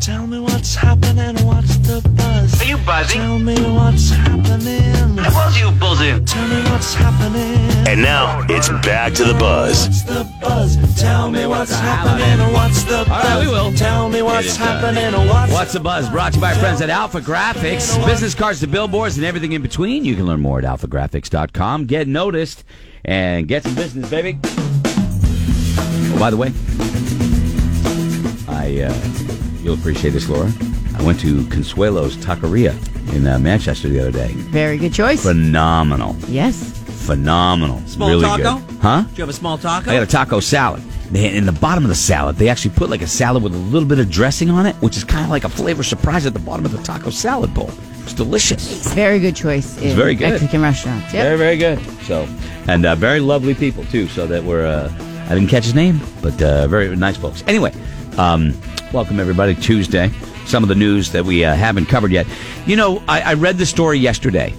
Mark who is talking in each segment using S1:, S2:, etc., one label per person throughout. S1: Tell me what's happening, what's the buzz?
S2: Are you buzzing?
S1: Tell me what's happening.
S2: How was you buzzing?
S1: Tell me what's happening.
S3: And now it's back to the buzz.
S1: What's the buzz? Tell me what's happening. What's the buzz?
S4: All right, we will.
S1: Tell me
S5: It
S1: what's
S5: is, uh,
S1: happening. What's,
S4: What's the Buzz? Brought to you by our friends at Alpha Graphics. Business cards to billboards and everything in between. You can learn more at alphagraphics.com. Get noticed and get some business, baby. Oh, by the way, I uh, you'll appreciate this, Laura. I went to Consuelo's Taqueria in uh, Manchester the other day.
S6: Very good choice.
S4: Phenomenal.
S6: yes.
S4: Phenomenal.
S5: Small
S4: really
S5: taco?
S4: good. Huh?
S5: Do you have a small taco?
S4: I got a taco salad. They, in the bottom of the salad, they actually put like a salad with a little bit of dressing on it, which is kind of like a flavor surprise at the bottom of the taco salad bowl. It's delicious.
S6: It's very good choice. in
S4: very good.
S6: Mexican restaurants. Yep.
S4: Very, very good. So, and uh, very lovely people too. So that we're, uh, I didn't catch his name, but uh, very nice folks. Anyway, um, welcome everybody Tuesday. Some of the news that we uh, haven't covered yet. You know, I, I read the story yesterday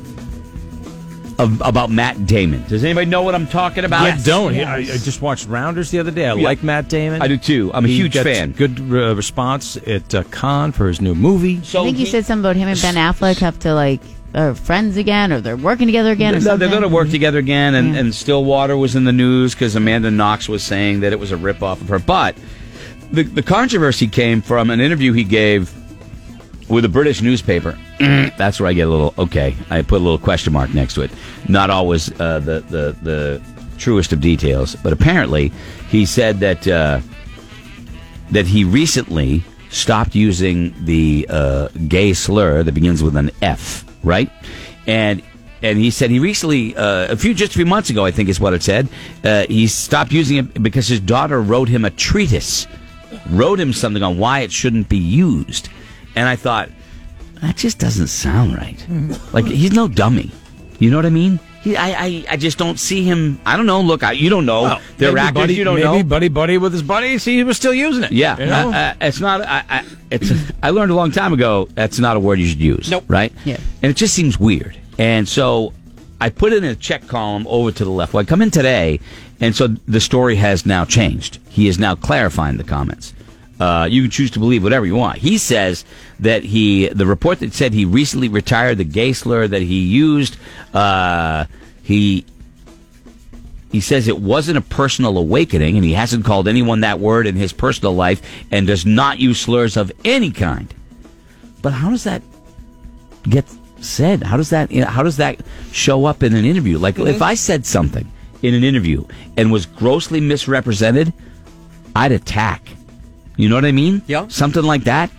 S4: of, about Matt Damon. Does anybody know what I'm talking about?
S5: Yes.
S7: I don't. I, I just watched Rounders the other day. I
S4: Yeah.
S7: like Matt Damon.
S4: I do too. I'm a
S7: He
S4: huge
S7: got
S4: fan.
S7: Good uh, response at uh, Cannes for his new movie.
S4: So
S6: I think you
S4: he-
S6: said something about him and Ben Affleck have to like are friends again, or they're working together again, or
S4: No, they're going
S6: something.
S4: to work together again, and,
S6: Yeah.
S4: and Stillwater was in the news because Amanda Knox was saying that it was a ripoff of her. But the, the controversy came from an interview he gave with a British newspaper. That's where I get a little okay. I put a little question mark next to it. Not always uh, the, the the truest of details, but apparently he said that uh, that he recently stopped using the uh, gay slur that begins with an F, right? And and he said he recently, uh, a few just a few months ago, I think is what it said. Uh, he stopped using it because his daughter wrote him a treatise, wrote him something on why it shouldn't be used. And I thought that just doesn't sound right. like he's no dummy. You know what I mean? He, I, I I just don't see him. I don't know. Look, I, you don't know. Oh, They're
S7: maybe
S4: actors.
S7: buddy,
S4: you don't
S7: maybe
S4: know.
S7: buddy buddy with his buddies. He was still using it.
S4: Yeah,
S7: You know?
S4: uh, uh, it's not. I, I, it's. I learned a long time ago that's not a word you should use.
S7: Nope.
S4: Right.
S6: Yeah.
S4: And it just seems weird. And so I put it in a check column over to the left. Well, I come in today, and so the story has now changed. He is now clarifying the comments. Uh, you can choose to believe whatever you want. He says that he, the report that said he recently retired the gay slur that he used, uh, he he says it wasn't a personal awakening, and he hasn't called anyone that word in his personal life and does not use slurs of any kind. But how does that get said? How does that you know, how does that show up in an interview? Like if I said something in an interview and was grossly misrepresented, I'd attack. You know what I mean?
S5: Yeah.
S4: Something like that.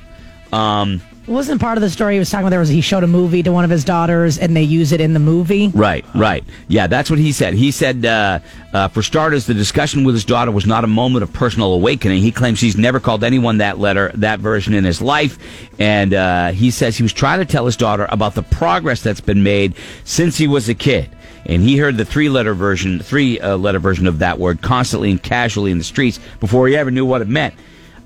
S8: It wasn't part of the story he was talking about. There was he showed a movie to one of his daughters, and they use it in the movie.
S4: Right, right. Yeah, that's what he said. He said, uh, uh, for starters, the discussion with his daughter was not a moment of personal awakening. He claims he's never called anyone that letter, that version in his life. And uh, he says he was trying to tell his daughter about the progress that's been made since he was a kid. And he heard the three letter version, three uh, letter version of that word constantly and casually in the streets before he ever knew what it meant.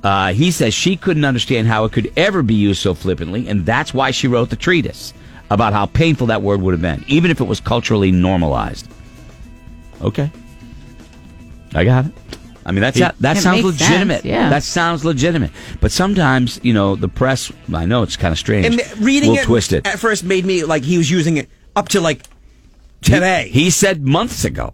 S4: Uh, he says she couldn't understand how it could ever be used so flippantly, and that's why she wrote the treatise about how painful that word would have been, even if it was culturally normalized. Okay. I got it. I mean, that's, that, that
S6: It
S4: sounds
S6: makes
S4: legitimate.
S6: sense, yeah.
S4: That sounds legitimate. But sometimes, you know, the press, I know it's kind of strange.
S5: And reading
S4: will
S5: it,
S4: twist it.
S5: at first made me like he was using it up to like today.
S4: He said months ago.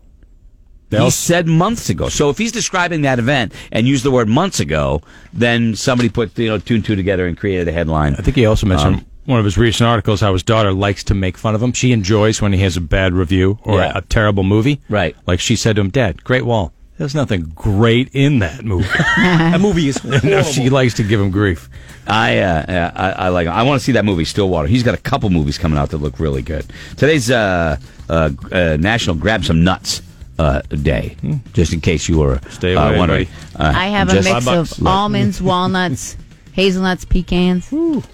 S4: he
S7: They'll-
S4: said months ago. So if he's describing that event and used the word months ago, then somebody put you know two and two together and created a headline.
S7: I think he also mentioned
S4: Um,
S7: one of his recent articles how his daughter likes to make fun of him. She enjoys when he has a bad review or
S4: Yeah.
S7: a, a terrible movie.
S4: Right.
S7: Like she said to him, Dad, Great Wall. There's nothing great in that movie.
S5: that movie is horrible.
S7: no, she likes to give him grief.
S4: I, uh, yeah, I I like. Him. I want to see that movie, Stillwater. He's got a couple movies coming out that look really good. Today's uh, uh, uh, National Grab Some Nuts uh, Day,
S5: Hmm.
S4: just in case you were
S7: Stay
S4: uh,
S7: away,
S4: wondering. Uh,
S6: I have
S4: just-
S6: a mix of almonds, walnuts, hazelnuts, pecans.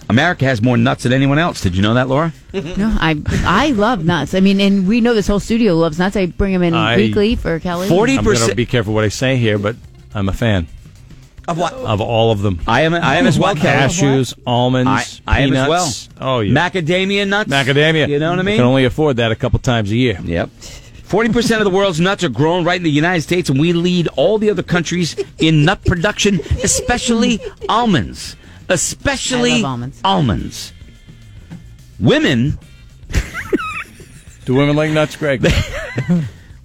S4: America has more nuts than anyone else. Did you know that, Laura?
S6: No, I I love nuts. I mean, and we know this whole studio loves nuts. I bring them in
S7: I-
S6: weekly for Kelly.
S4: Forty
S7: I'm going to be
S4: percent.
S7: careful what I say here, but I'm a fan
S5: of what?
S7: of all of them.
S4: I am. I am as well. Kevin.
S7: Cashews,
S4: I,
S7: almonds,
S4: I am as well.
S7: peanuts. Oh, yeah.
S4: Macadamia nuts.
S7: Macadamia.
S4: You know what I mean?
S7: can only afford that a couple times a year.
S4: Yep. 40% of the world's nuts are grown right in the United States, and we lead all the other countries in nut production, especially almonds.
S6: I
S4: especially
S6: love almonds.
S4: almonds. Women
S7: Do women like nuts, Greg?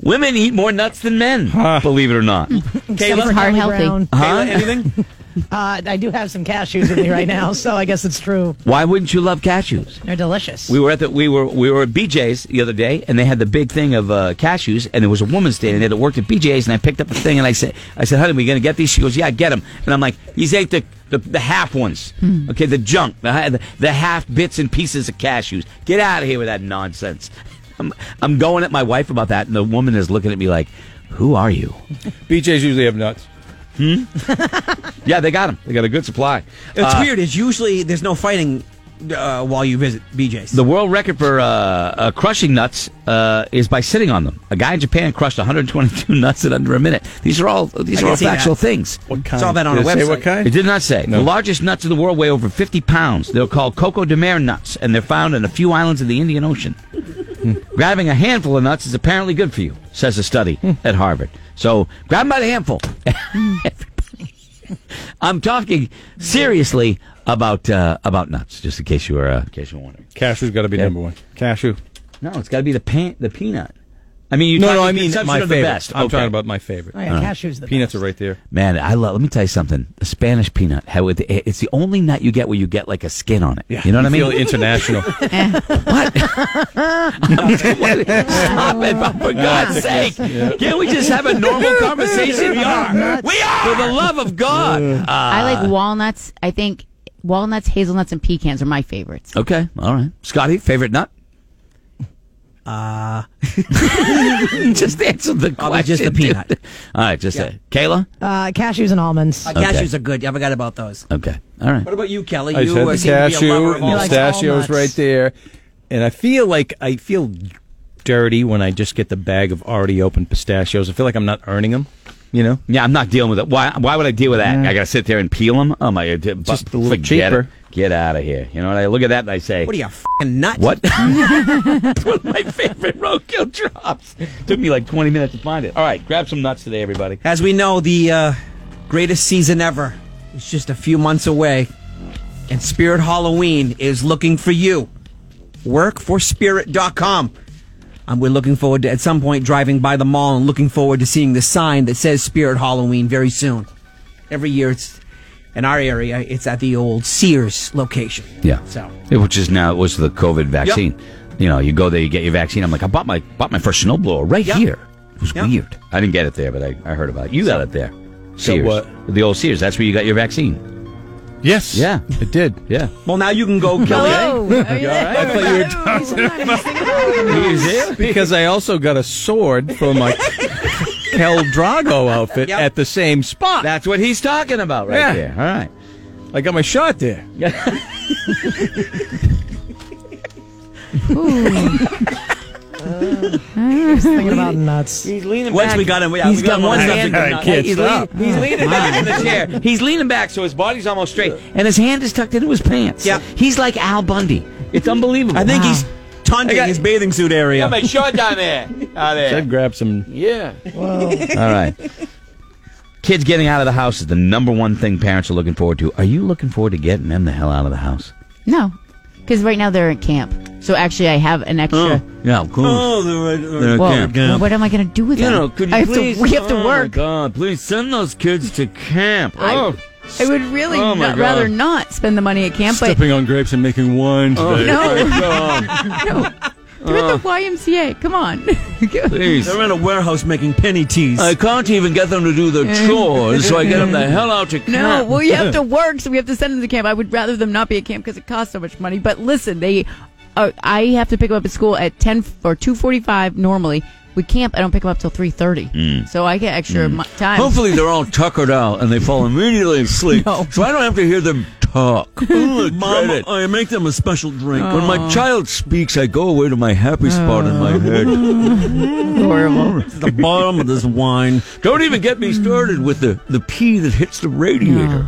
S4: women eat more nuts than men, believe it or not.
S6: It's
S4: Kayla,
S6: hard
S8: Charlie
S6: healthy.
S8: Brown.
S4: huh?
S5: anything?
S8: Uh, I do have some cashews with me right now, so I guess it's true.
S4: Why wouldn't you love cashews?
S8: They're delicious.
S4: We were at the we were we were at BJ's the other day, and they had the big thing of uh, cashews, and there was a woman standing there that worked at BJ's, and I picked up the thing, and I said, I said, honey, we gonna get these? She goes, yeah, get them. And I'm like, these ain't the the, the half ones, okay, the junk, the, ha- the the half bits and pieces of cashews. Get out of here with that nonsense. I'm I'm going at my wife about that, and the woman is looking at me like, who are you?
S7: BJ's usually have nuts.
S4: Yeah, they got them. They got a good supply. Uh,
S7: Uh,
S5: It's weird. It's usually there's no fighting uh, while you visit BJ's.
S4: The world record for uh, uh, crushing nuts uh, is by sitting on them. A guy in Japan crushed 122 nuts in under a minute. These are all these are
S5: I can
S4: all
S5: see that.
S4: factual things.
S7: What kind?
S5: Saw that on
S7: Did
S5: a
S7: it say
S5: website.
S7: what kind?
S4: It did not say. The largest nuts in the world weigh over 50 pounds. They're called Coco de Mer nuts, and they're found in a few islands of the Indian Ocean.
S5: Hmm.
S4: Grabbing a handful of nuts is apparently good for you, says a study
S5: Hmm.
S4: at Harvard. So grab 'em by the handful. Everybody. I'm talking seriously about uh, about nuts, just in case you were uh, in case you were wondering.
S7: Cashew's got to be
S4: Yeah.
S7: number one. Cashew.
S4: No, it's got to be the pan- the peanut. I mean, you
S7: No, no, I mean my
S4: of
S7: favorite.
S4: the best.
S7: I'm
S4: Okay.
S7: talking about my favorite.
S8: oh, yeah,
S4: Uh,
S8: cashews. The
S7: Peanuts
S8: best.
S7: are right there.
S4: man. I love. Let me tell you something. The Spanish peanut. How it, it's the only nut you get where you get like a skin on it. You know what I mean?
S7: Feel international.
S4: What? Stop it, but for God's sake. Can't we just have a normal conversation? We are. We are. For the love of God. Uh,
S6: I like walnuts. I think walnuts, hazelnuts, and pecans are my favorites.
S4: okay. All right. Scotty, favorite nut? Uh, just answer the question.
S5: Probably just the
S4: dude.
S5: peanut.
S4: All right, just that. Kayla.
S8: Uh, cashews and almonds.
S5: Uh,
S4: Okay.
S5: Cashews are good. I forgot about those.
S4: Okay, all right.
S5: What about you, Kelly?
S7: I
S5: you
S7: said
S5: uh,
S7: the cashew
S5: seem to be a lover of
S7: and
S5: all
S8: He likes
S5: nuts.
S7: pistachios
S8: nuts.
S7: right there. And I feel like I feel dirty when I just get the bag of already opened pistachios. I feel like I'm not earning them, you know?
S4: Yeah, I'm not dealing with it. Why? Why would I deal with that? I gotta sit there and peel them. Oh my! God.
S7: Just a little
S4: Forget
S7: cheaper.
S4: it. Get out of here. You know what? I look at that and I say,
S5: What are you, a fucking nut?
S4: What? It's one of my favorite roadkill drops. Took me like 20 minutes to find it. All right, grab some nuts today, everybody.
S5: As we know, the uh, greatest season ever is just a few months away, and Spirit Halloween is looking for you. Workforspirit.com. Um, we're looking forward to at some point driving by the mall and looking forward to seeing the sign that says Spirit Halloween very soon. Every year, it's in our area, it's at the old Sears location.
S4: Yeah.
S5: So.
S4: Which is now was the COVID vaccine. You know, you go there, you get your vaccine. I'm like, I bought my bought my first snowblower right
S5: Yep.
S4: here. It was
S5: Yep.
S4: weird. I didn't get it there, but I, I heard about it. You got it there.
S7: So
S4: Sears.
S7: what?
S4: The old Sears. That's where you got your vaccine.
S7: Yes.
S4: Yeah.
S7: It did.
S4: Yeah.
S5: Well, now you can go, Kelly.
S7: Because I also got a sword for my Kel Drago outfit
S5: Yep.
S7: at the same spot.
S4: That's what he's talking about right
S7: Yeah.
S4: there. All right.
S7: I got my shot there.
S8: Thinking about nuts.
S5: Once we got him, yeah, we got him on the subject of nuts.
S4: he's, leaning, he's leaning back in the chair. He's leaning back so his body's almost straight, and his hand is tucked into his pants.
S5: Yeah.
S4: he's like Al Bundy. It's unbelievable.
S5: I think he's taunting
S4: I got-
S5: his bathing suit area.
S4: short down there. Out
S7: I'd grab some.
S4: Yeah. All right. Kids getting out of the house is the number one thing parents are looking forward to. Are you looking forward to getting them the hell out of the house?
S6: No, because right now they're in camp. So actually, I have an extra.
S4: Yeah, of course. They're
S6: Well,
S4: camp.
S6: well, what am I going to do with
S4: You
S6: them?
S4: know, could you
S6: I have
S4: please?
S6: to, we have to
S4: oh My
S6: work.
S4: God, please send those kids to camp.
S6: I-
S4: oh,
S6: I would really
S4: Oh, my
S6: not, rather
S4: God.
S6: not spend the money at camp, but
S7: Stepping on grapes and making wine
S4: Oh,
S7: today.
S6: no,
S4: my God.
S6: they're at the
S4: Oh.
S6: YMCA. Come on.
S4: Please.
S5: They're in a warehouse making penny teas.
S4: I can't even get them to do their chores, so I get them the hell out to camp.
S6: No, well, you have to work, so we have to send them to camp. I would rather them not be at camp because it costs so much money. But listen, they, are, I have to pick them up at school at ten f- or two forty-five normally. With camp, I don't pick them up till three thirty, so I get extra mo- time.
S4: Hmm. Hopefully they're all tuckered out and they fall immediately asleep, so I don't have to hear them talk. Mom,
S5: I make them a special drink.
S4: when my child speaks, I go away to my happy spot in my head.
S6: horrible.
S5: It's the bottom of this wine.
S4: Don't even get me started with the, the pee that hits the radiator.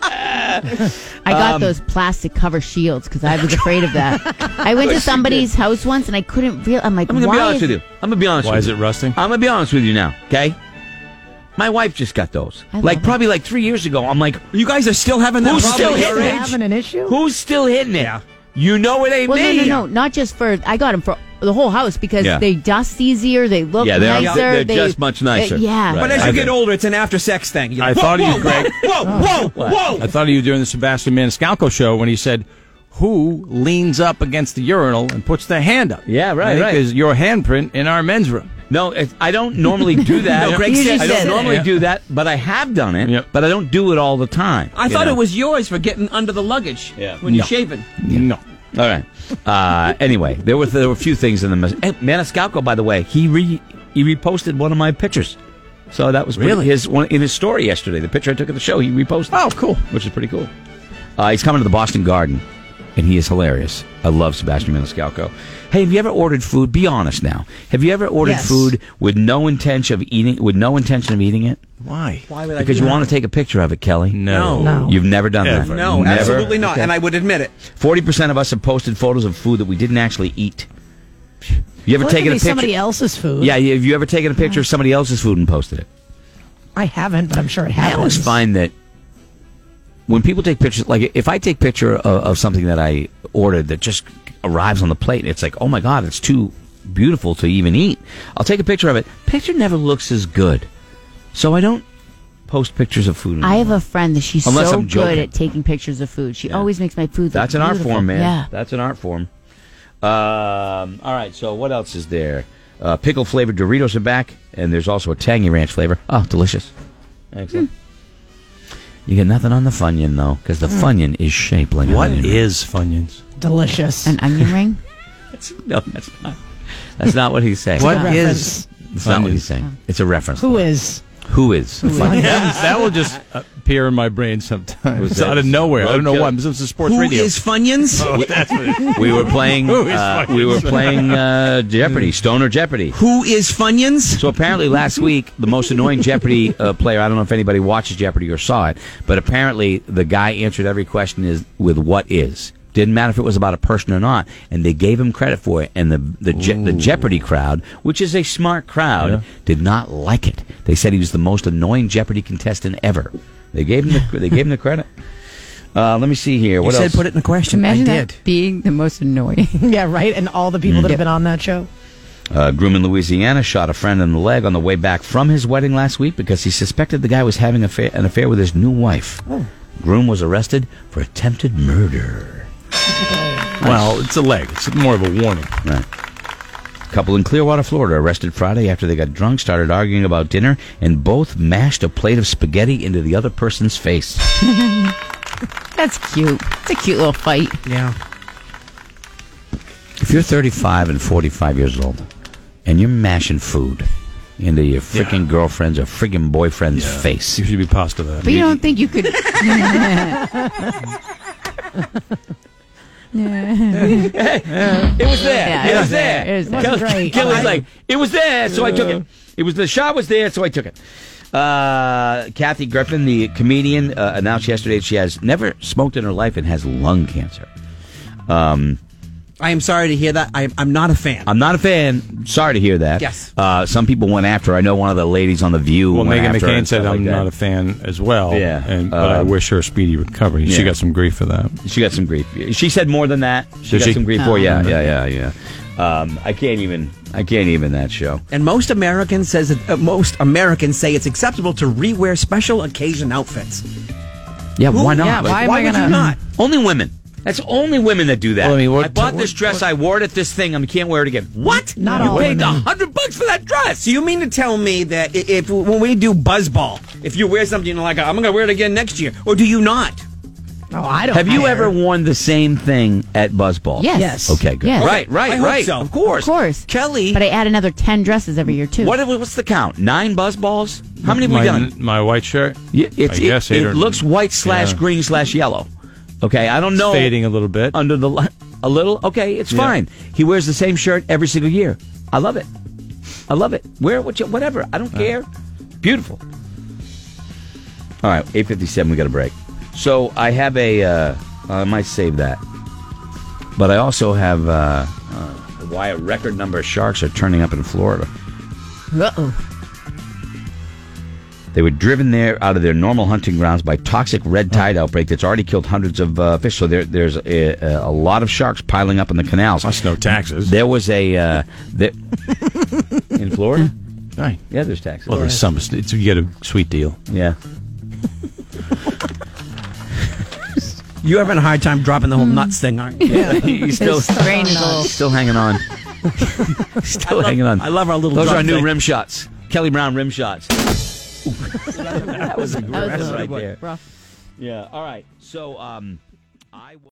S6: I got
S4: Um,
S6: those plastic cover shields because I was afraid of that. I went to somebody's house once and I couldn't real. I'm like,
S4: I'm gonna
S6: why
S4: be honest
S6: is-
S4: with you. I'm gonna be honest
S7: Why
S4: with
S7: is
S4: you.
S7: it rusting?
S4: I'm gonna be honest with you now, okay? My wife just got those.
S6: I love
S4: like
S6: it.
S4: probably like three years ago. I'm like,
S5: You guys are still having that
S4: Who's
S5: problem
S4: still
S5: at your
S4: hitting
S5: age?
S4: it?
S8: Having an issue?
S4: who's still hitting it?
S5: Yeah.
S4: You know it ain't
S6: Well, no,
S4: me.
S6: no, no, not just for. I got them for the whole house because
S4: Yeah.
S6: they dust easier. They look
S4: Yeah, they are-
S6: nicer.
S4: they're
S6: they-
S4: just much nicer.
S6: Uh, yeah,
S4: Right.
S5: But as you
S4: I-
S5: get older, it's an after sex thing. You're
S7: I
S5: like,
S7: thought of you, Greg.
S5: Whoa, whoa, whoa, whoa.
S7: I thought of you during the Sebastian Maniscalco show when he said, "Who leans up against the urinal and puts their hand up?"
S4: Yeah, right,
S7: I think
S4: right.
S7: Is your handprint in our men's room?
S4: No, it, I don't normally do that.
S5: No, Greg
S4: I don't-
S5: said
S4: I
S5: it.
S4: don't normally
S7: Yeah.
S4: do that, but I have done it.
S7: Yep.
S4: But I don't do it all the time.
S5: I
S4: you
S5: thought
S4: know?
S5: it was yours for getting under the luggage
S4: Yeah.
S5: when you're
S7: No.
S5: shaving.
S7: No.
S4: All right. Uh, anyway, there were there were a few things in the message. And Maniscalco, by the way, he re, he reposted one of my pictures. So that was pretty,
S7: Really?
S4: his one in his story yesterday. The picture I took at the show, he reposted.
S7: Oh, cool.
S4: which is pretty cool. Uh, he's coming to the Boston Garden, and he is hilarious. I love Sebastian Maniscalco. Hey, have you ever ordered food? Be honest now. Have you ever ordered
S8: Yes.
S4: food with no intention of eating with no intention of eating it?
S7: Why? Why?
S5: would
S4: Because you want to take a picture of it, Kelly.
S7: No.
S8: No.
S4: You've never done
S7: Ever.
S4: that.
S5: No,
S4: Never?
S5: absolutely not. And I would admit it.
S4: Forty percent of us have posted photos of food that we didn't actually eat. You ever
S8: Well, it could
S4: taken
S8: be
S4: a
S8: somebody
S4: picture?
S8: else's food.
S4: Yeah, have you ever taken a picture of somebody else's food and posted it?
S8: I haven't, but I'm sure it
S4: I
S8: happens.
S4: always find that when people take pictures, like if I take picture of, of something that I ordered that just arrives on the plate, it's like, oh my god, it's too beautiful to even eat. I'll take a picture of it. Picture never looks as good, so I don't post pictures of food.
S6: I have
S4: anymore.
S6: a friend that she's
S4: Unless
S6: so
S4: I'm joking.
S6: good at taking pictures of food. She
S4: Yeah.
S6: always makes my food. look
S4: That's an art
S6: beautiful.
S4: form, man.
S6: Yeah.
S4: That's an art form. Um, all right, so what else is there? Uh, pickle flavored Doritos are back, and there's also a tangy ranch flavor. Oh, delicious. Excellent. You get nothing on the Funyun, though, because the
S6: Hmm.
S4: Funyun is shaped like
S7: What
S4: an onion.
S7: is Funyuns?
S8: delicious.
S6: An onion ring.
S4: No, that's not. That's not what he's saying.
S7: What
S8: Reference.
S7: is
S4: That's not what he's saying. It's a reference.
S8: Who is?
S4: Who is?
S7: that will just appear in my brain sometimes
S4: Was
S7: out of
S4: that-
S7: nowhere. I don't know
S4: Roadkill.
S7: why. This is sports
S5: Who
S7: radio.
S5: is Funyuns?
S4: we were playing.
S7: Who is
S4: uh,
S7: Funyuns?
S4: we were playing uh, Jeopardy, Stoner Jeopardy.
S5: Who is Funyuns?
S4: So apparently, last week, the most annoying Jeopardy uh, player. I don't know if anybody watches Jeopardy or saw it, but apparently, the guy answered every question is with "what is." Didn't matter if it was about a person or not, and they gave him credit for it. And the the, Je- the Jeopardy crowd, which is a smart crowd, did not like it. They said he was the most annoying Jeopardy contestant ever. They gave him the, they gave him the credit. Uh, let me see here. What
S5: you
S4: else?
S5: said put it in a question.
S6: Imagine
S5: I did.
S6: that being the most annoying.
S8: Yeah, right. And all the people that have been on that show.
S4: A Uh, groom in Louisiana shot a friend in the leg on the way back from his wedding last week because he suspected the guy was having affair, an affair with his new wife. Groom was arrested for attempted murder.
S7: Well, it's a leg. It's more of a warning.
S4: Couple in Clearwater, Florida, arrested Friday after they got drunk, started arguing about dinner, and both mashed a plate of spaghetti into the other person's face.
S6: That's cute. It's a cute little fight.
S5: Yeah.
S4: If you're 35 and 45 years old and you're mashing food into your freaking girlfriend's or freaking boyfriend's face,
S7: You should be pasta that.
S6: But you don't think you could.
S4: It was there.
S6: Yeah,
S4: it,
S6: it
S4: was
S6: was
S4: there.
S6: there. It was there.
S4: Kelly-
S8: Wasn't great.
S4: Kelly's
S8: I-
S4: like, it was there, so I took it. It was the shot was there, so I took it. Uh, Kathy Griffin, the comedian, uh, announced yesterday she has never smoked in her life and has lung cancer.
S5: I am sorry to hear that. I, I'm not a fan.
S4: I'm not a fan. Sorry to hear that.
S5: Yes.
S4: Uh, some people went after. her. I know one of the ladies on the View.
S7: Well,
S4: went
S7: Megan
S4: after her and
S7: McCain said,
S4: stuff
S7: "I'm
S4: like
S7: not a
S4: that.
S7: fan as well."
S4: Yeah.
S7: and, but I
S4: Um,
S7: wish her a speedy recovery.
S4: yeah.
S7: She got some grief for that.
S4: She got some grief. She said more than that. She
S7: Did
S4: got
S7: she?
S4: some grief for. Yeah, yeah, yeah, yeah. Um, I can't even. I can't even that show.
S5: and most Americans says that, uh, most Americans say it's acceptable to rewear special occasion outfits.
S4: Yeah,
S5: Who-
S4: why not?
S6: Yeah,
S4: Like,
S6: why am I
S5: would
S6: gonna-
S5: you not?
S4: Only women. That's only women that do that.
S7: Well, I
S4: I,
S7: mean, what-
S4: bought this dress. I wore it at this thing. I can't wear it again. What?
S8: Not
S4: you
S8: all
S4: paid
S8: women.
S4: a hundred bucks for that dress.
S5: So you mean to tell me that i- if when we do buzzball, if you wear something you're like I'm gonna wear it again next year, or do you not?
S8: Oh, I don't.
S4: Have you
S8: care.
S4: ever worn the same thing at Buzzball?
S6: Yes.
S8: Yes.
S4: Okay. Good.
S6: Yes.
S4: Right. Right.
S5: I hope
S4: right.
S5: so.
S4: Of course.
S6: Of course.
S4: Kelly.
S6: But I add another 10 dresses every year, too.
S4: what? What's the count? Nine Buzzballs. How many have we
S7: my,
S4: done?
S7: My white shirt.
S4: Y- It's,
S7: I guess
S4: it,
S7: eight
S4: it
S7: or-
S4: looks white slash
S7: Yeah.
S4: green slash yellow. Okay, I don't
S7: It's
S4: know.
S7: fading a little bit.
S4: under the li- a little. Okay, it's
S7: Yeah.
S4: fine. He wears the same shirt every single year. I love it. I love it. Wear it, what you, whatever. I don't care. Beautiful. All right, eight fifty seven. We got a break. So I have a. Uh, I might save that, but I also have uh, uh, why a record number of sharks are turning up in Florida.
S6: Uh oh.
S4: They were driven there out of their normal hunting grounds by toxic red tide outbreak that's already killed hundreds of uh, fish. So there, there's a, a lot of sharks piling up in the canals.
S2: That's no taxes.
S4: There was a uh, the, in Florida.
S2: Right.
S4: Yeah, there's taxes.
S5: Oh,
S2: Well, there's some. It's, you get a sweet deal.
S4: yeah.
S5: You're having a hard time dropping the whole nuts thing, aren't you?
S4: He's still
S6: Strange little-
S4: still hanging on. still hanging on.
S5: I love our little
S4: Those are
S5: drop
S4: our new
S5: thing.
S4: rim shots. Kelly Brown rim shots.
S6: That was a
S4: That's
S6: good
S4: right
S6: one.
S4: there.
S6: Rough.
S4: Yeah. All right. So um, I.